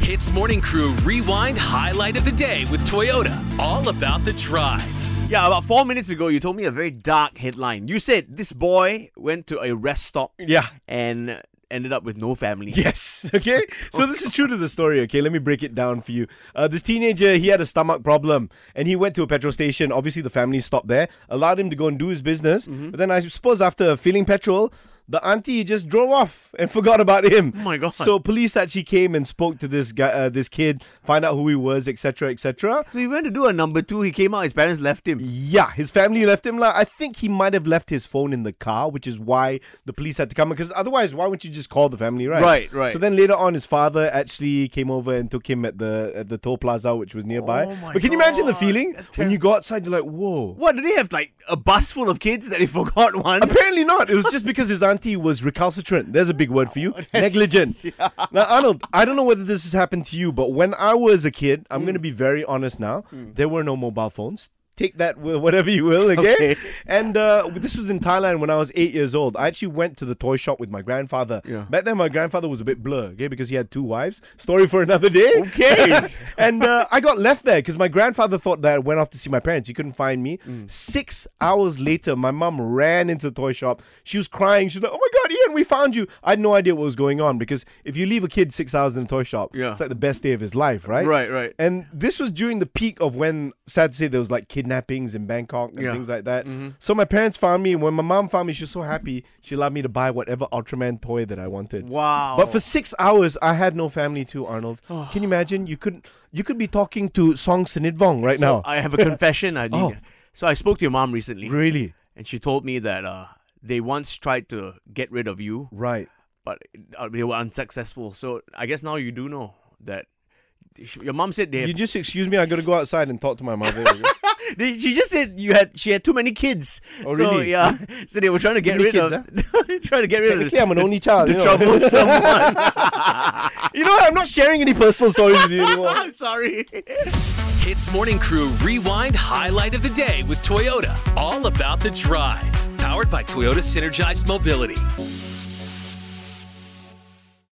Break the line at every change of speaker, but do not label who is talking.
Hits Morning Crew Rewind Highlight of the Day with Toyota. All about the drive.
Yeah, about four minutes ago, you told me a very dark headline. You said this boy went to a rest stop
Yeah.
and ended up with no family.
Yes. Okay. So this is true to the story. Okay. Let me break it down for you. Uh, this teenager, he had a stomach problem, and he went to a petrol station. Obviously, the family stopped there, allowed him to go and do his business.
Mm-hmm.
But then, I suppose, after filling petrol. The auntie just drove off and forgot about him.
Oh my God.
So police actually came and spoke to this guy, uh, this kid, find out who he was, etc., etc.
So he went to do a number two. He came out. His parents left him.
Yeah, his family left him. Like, I think he might have left his phone in the car, which is why the police had to come. Because otherwise, why wouldn't you just call the family, right?
Right, right.
So then later on, his father actually came over and took him at the at the toll plaza, which was nearby.
Oh my
but can you imagine the
God,
feeling
that's
when you go outside? You're like, whoa.
What? Do they have like a bus full of kids that they forgot one?
Apparently not. It was just because his auntie was recalcitrant. There's a big word for you. Negligent. Now, Arnold, I don't know whether this has happened to you, but when I was a kid, I'm
Mm.
going to be very honest now, there were no mobile phones. Take that with whatever you will, okay?
Okay.
And uh, this was in Thailand when I was eight years old. I actually went to the toy shop with my grandfather.
Yeah.
Back then, my grandfather was a bit blur, okay, because he had two wives. Story for another day.
Okay.
and uh, I got left there because my grandfather thought that I went off to see my parents. He couldn't find me.
Mm.
Six hours later, my mum ran into the toy shop. She was crying. She was like, "Oh my god, Ian, we found you!" I had no idea what was going on because if you leave a kid six hours in a toy shop,
Yeah.
it's like the best day of his life, right?
Right, right.
And this was during the peak of when, sad to say, there was like kidnappings in Bangkok and
Yeah. Mm-hmm.
things like that. So my parents found me. and When my mom found me, she was so happy. She allowed me to buy whatever Ultraman toy that I wanted.
Wow.
But for six hours, I had no family too, Arnold. Can you imagine? You could you could be talking to Song Sinidvong right
So
now.
I have a confession. I need.
Oh.
So I spoke to your mom recently,
really?
and she told me that uh, they once tried to get rid of you,
Right.
but uh, they were unsuccessful. So I guess now you do know that. Your mom said they,
You
have,
just excuse me. I gotta go outside and talk to my mother.
they- She just said you had. She had too many kids.
Oh,
so,
really?
Yeah. So they were trying to get
many
rid
kids,
of. trying to get rid of.
Technically, I'm an only child.
the
You know.
troublesome one.
you know, what? I'm not sharing any personal stories with you anymore.
I'm sorry.
Hits Morning Crew Rewind Highlight of the Day with Toyota. All about the drive. Powered by Toyota Synergized Mobility.